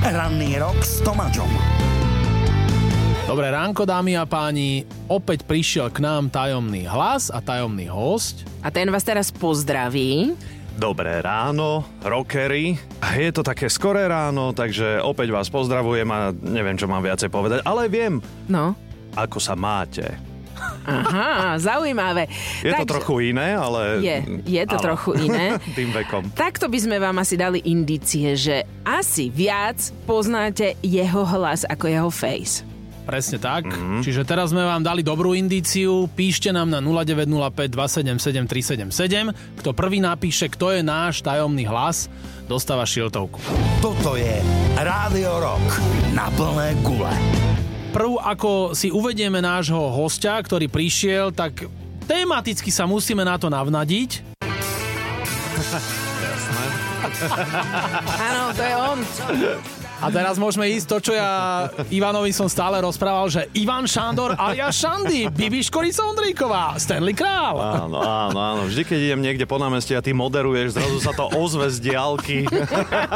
Hranný rok s Tomáčom. Dobré ránko, dámy a páni. Opäť prišiel k nám tajomný hlas a tajomný host. A ten vás teraz pozdraví. Dobré ráno, rockery. Je to také skoré ráno, takže opäť vás pozdravujem a neviem, čo mám viacej povedať, ale viem, No, ako sa máte. aha, zaujímavé. Je to trochu iné, ale... Je, je to ale- trochu iné. Tým vekom. Takto by sme vám asi dali indície, že asi viac poznáte jeho hlas ako jeho face. Presne tak. Mm-hmm. Čiže teraz sme vám dali dobrú indíciu. Píšte nám na 0905 277 377. Kto prvý napíše, kto je náš tajomný hlas, dostáva šiltovku. Toto je Rádio Rock na plné gule. Prv, ako si uvedieme nášho hostia, ktorý prišiel, tak tematicky sa musíme na to navnadiť. Áno, to je on. A teraz môžeme ísť to, čo ja Ivanovi som stále rozprával, že Ivan Šandor alias Šandy, Bibi Škorica Ondrejková, Stanley Král. Áno, áno, áno. Vždy, keď idem niekde po námestí a ty moderuješ, zrazu sa to ozve z diálky.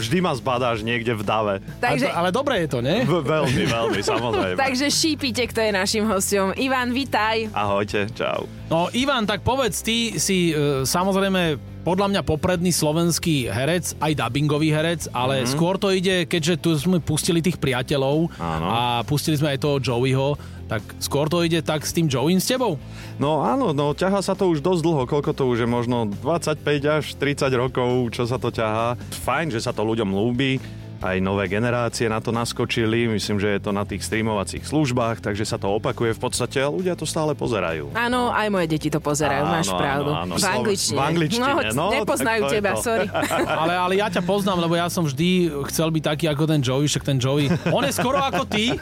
Vždy ma zbadáš niekde v dave. Takže, Ale, ale dobre je to, nie? V- Veľmi, veľmi, samozrejme. takže šípite, kto je našim hostom. Ivan, vitaj. Ahojte, čau. No Ivan, tak povedz, ty si e, samozrejme podľa mňa popredný slovenský herec, aj dubbingový herec, Mhm. ale mm-hmm. skôr to ide, keďže tu sme pustili tých priateľov Áno. a pustili sme aj toho Joeyho, tak skôr to ide tak s tým Joeym s tebou? No áno, no ťahá sa to už dosť dlho, koľko to už je, možno 25 až 30 rokov, čo sa to ťahá. Fajn, že sa to ľuďom ľúbi, aj nové generácie na to naskočili, myslím, že je to na tých streamovacích službách, takže sa to opakuje v podstate a ľudia to stále pozerajú. Áno, aj moje deti to pozerajú, Áno, máš áno, pravdu. áno. V Slovo- angličtine. v angličtine, no, tak nepoznajú to je teba, to. sorry. Ale, ale ja ťa poznám, lebo ja som vždy chcel byť taký ako ten Joey, však ten Joey, on je skoro ako ty,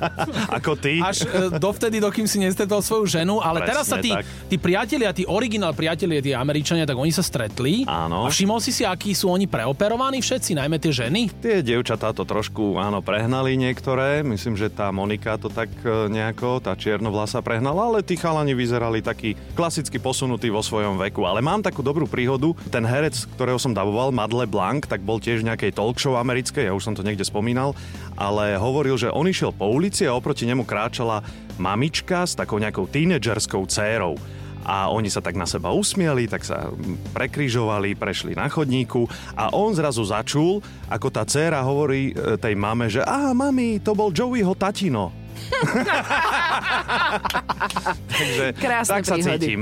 Ako ty? až e, dovtedy, dokým si nestretol svoju ženu, ale Presne teraz sa tí, tak. tí priatelia, tí originál priatelia, tí Američania, tak oni sa stretli. Áno. A všimol si si, akí sú oni preoperovaní všetci, najmä tie ženy? Tie dievčatá to trošku, áno, prehnali niektoré. Myslím, že tá Monika to tak e, nejako, tá čiernovlasa prehnala, ale tí chalani vyzerali takí klasicky posunutí vo svojom veku. Ale mám takú dobrú príhodu. Ten herec, ktorého som davoval, Madle Blanc, tak bol tiež v nejakej talk show americkej, ja už som to niekde spomínal, ale hovoril, že on išiel po ulici a oproti nemu kráčala mamička s takou nejakou tínedžerskou dcérou a oni sa tak na seba usmiali, tak sa prekryžovali, prešli na chodníku a on zrazu začul, ako tá dcéra hovorí e, tej mame, že aha, mami, to bol Joeyho tatino. Takže Krásne tak sa príhody. cítim.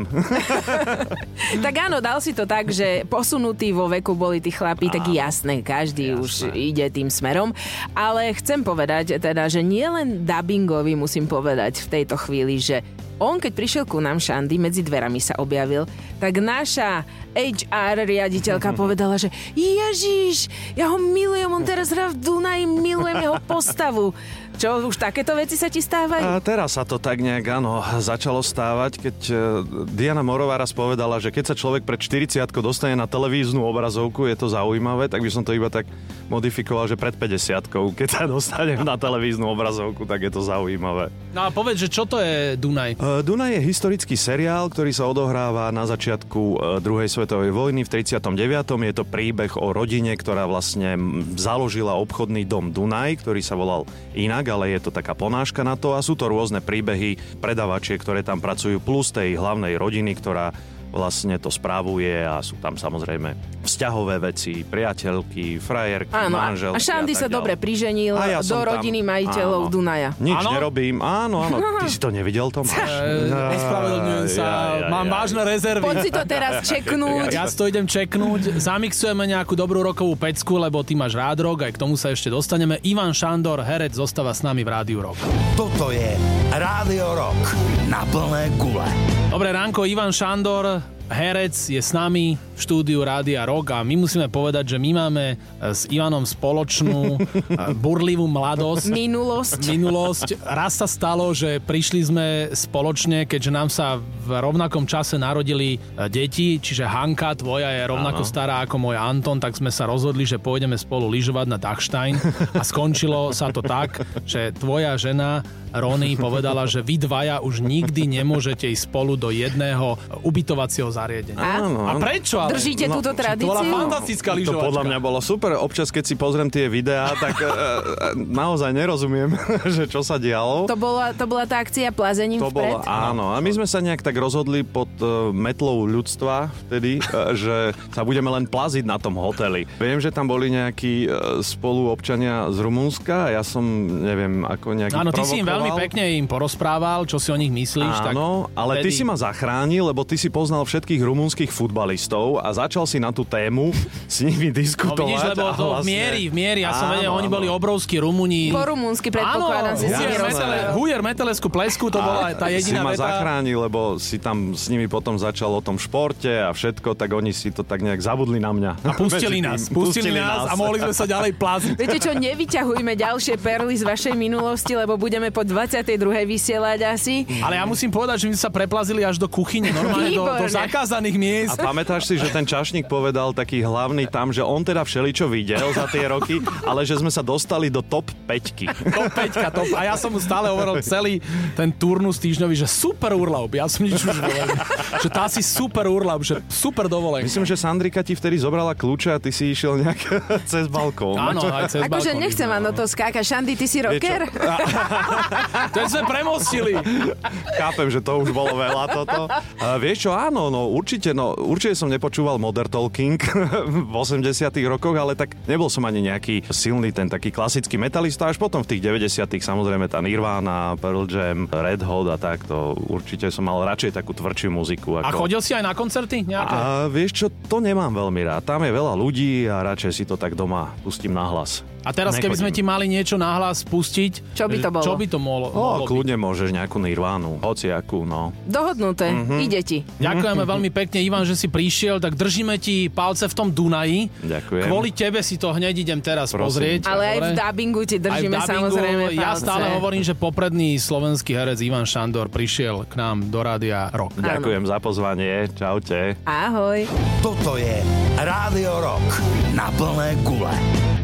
Tak áno, dal si to tak, že posunutí vo veku boli tí chlapí, tak jasné, každý Jasné. už ide tým smerom. Ale chcem povedať teda, že nie len dubbingovi musím povedať v tejto chvíli, že on, keď prišiel ku nám Šandy, medzi dverami sa objavil, tak naša HR riaditeľka povedala, že Ježiš, ja ho milujem, on teraz hrá v Dunaji, milujem jeho postavu. Čo, už takéto veci sa ti stávajú? A teraz sa to tak nejak, áno, začalo stávať, keď e, Diana Morová raz povedala, že keď sa človek pred 40 dostane na televíznu obrazovku, je to zaujímavé, tak by som to iba tak modifikoval, že pred 50 keď sa dostanem na televíznu obrazovku, tak je to zaujímavé. No a povedz, že čo to je Dunaj? E, Dunaj je historický seriál, ktorý sa odohráva na začiatku e, druhej svetovej vojny v 39. Je to príbeh o rodine, ktorá vlastne mm, založila obchodný dom Dunaj, ktorý sa volal inak, ale je to taká ponáška na to a sú to rôzne príbehy predavačiek, ktoré tam pracujú, plus tej hlavnej rodiny, ktorá vlastne to správuje a sú tam samozrejme vzťahové veci, priateľky, frajerky, Áno, a, manželky a Šandy a tak sa ďalej. dobre priženil A ja do som tam. rodiny majiteľov Áno. Dunaja. Nič Áno? nerobím. Áno, áno. Ty si to nevidel, Tomáš? E, Nespravedlňujem sa, mám vážne rezervy. Poď si to teraz čeknúť. Ja si to idem čeknúť, zamixujeme nejakú dobrú rokovú pecku, lebo ty máš rád rok, aj k tomu sa ešte dostaneme. Ivan Šandor, herec, zostáva s nami v Rádiu Rock. Toto je Rádio Rock na plné gule. Dobré ránko, Ivan Šandor, herec, je s nami v štúdiu Rádia Rock a my musíme povedať, že my máme e, s Ivanom spoločnú e, burlivú mladosť. Minulosť. Minulosť. Raz sa stalo, že prišli sme spoločne, keďže nám sa v rovnakom čase narodili e, deti, čiže Hanka, tvoja je rovnako Áno. stará ako môj Anton, tak sme sa rozhodli, že pôjdeme spolu lyžovať na Dachstein a skončilo sa to tak, že tvoja žena e, Rony povedala, že vy dvaja už nikdy nemôžete ísť spolu do jedného ubytovacieho zariadenia. No, Áno, A áno. prečo? Ale? Držíte No, To túto bola tradíciu? fantastická To podľa lyžovačka. mňa bolo super. Občas, keď si pozriem tie videá, tak e, e, naozaj nerozumiem, že čo sa dialo. To bola, to bola tá akcia plazením To vpred? bolo, áno. A my sme sa nejak tak rozhodli pod e, metlou ľudstva vtedy, e, že sa budeme len plaziť na tom hoteli. Viem, že tam boli nejakí e, spoluobčania z Rumunska a ja som, neviem, ako nejaký Áno, ty si im veľmi provokoval. pekne im porozprával, čo si o nich myslíš. tak Áno, ale vtedy- ty si ma zachránil, lebo ty si poznal všetkých rumunských futbalistov a začal si na tú tému s nimi No diskutovať. vidíš, lebo a vlastne- to v miery, v miery. Ja som Áno, vedel, oni áno. boli obrovskí Rumúni. Po rumúnsky predpokladám si si jasné. Hujer, nerozumel. metele, hujer metelesku plesku, to bola tá jediná si ma veta. zachránil, lebo si tam s nimi potom začal o tom športe a všetko, tak oni si to tak nejak zabudli na mňa. A Pustili nás, pustili nás a mohli sme sa ďalej plaziť. Viete čo, nevyťahujme ďalšie perly z vašej minulosti, lebo budeme po 22. vysielať asi. Ale ja musím povedať, že my sme sa preplazili až do kuchyne, normálne do, do Výborne. zakázaných A miest. pamätáš si, že ten čašník povedal taký hlavný tam, že on teda všeličo videl za tie roky, ale že sme sa dostali do top 5. Top 5, top. A ja som mu stále hovoril celý ten turnus týždňový, že super urlaub. Ja som nič už hovoril. Že tá si super urlaub, že super dovolenka. Myslím, že Sandrika ti vtedy zobrala kľúče a ty si išiel nejak cez balkón. Áno, aj cez Akože balkón. nechcem vám do toho skákať. Šandy, ty si rocker? To sme premostili. Chápem, že to už bolo veľa toto. Uh, vieš čo, áno, no určite, no určite som nepočúval Modern Talking v 80 rokoch, ale tak nebol som ani nejaký silný ten taký klasický metalista, až potom v tých 90 samozrejme tá Nirvana, Pearl Jam, Red Hot a takto. Určite som mal radšej takú tvrdšiu muziku. Ako... A chodil si aj na koncerty nejaké? A vieš čo, to nemám veľmi rád. Tam je veľa ľudí a radšej si to tak doma pustím na hlas. A teraz, keby sme ti Nechodím. mali niečo nahlas pustiť, Čo by to bolo? Čo by to mohlo, mohlo O, byť? No, kľudne môžeš nejakú Nirvánu, hociakú, no. Dohodnuté, Mhm. ide ti. Ďakujeme veľmi pekne, Ivan, že si prišiel, tak držíme ti palce v tom Dunaji. Ďakujem. Kvôli tebe si to hneď idem teraz Prosím. pozrieť. Ale aj v Dobre? dubbingu ti Aj v držíme dubbingu. samozrejme Ja palce. stále hovorím, že popredný slovenský herec Ivan Šandor prišiel k nám do rádia Rock. Ďakujem za pozvanie, čaute. Ahoj. Toto je Rádio Rock na plné gule.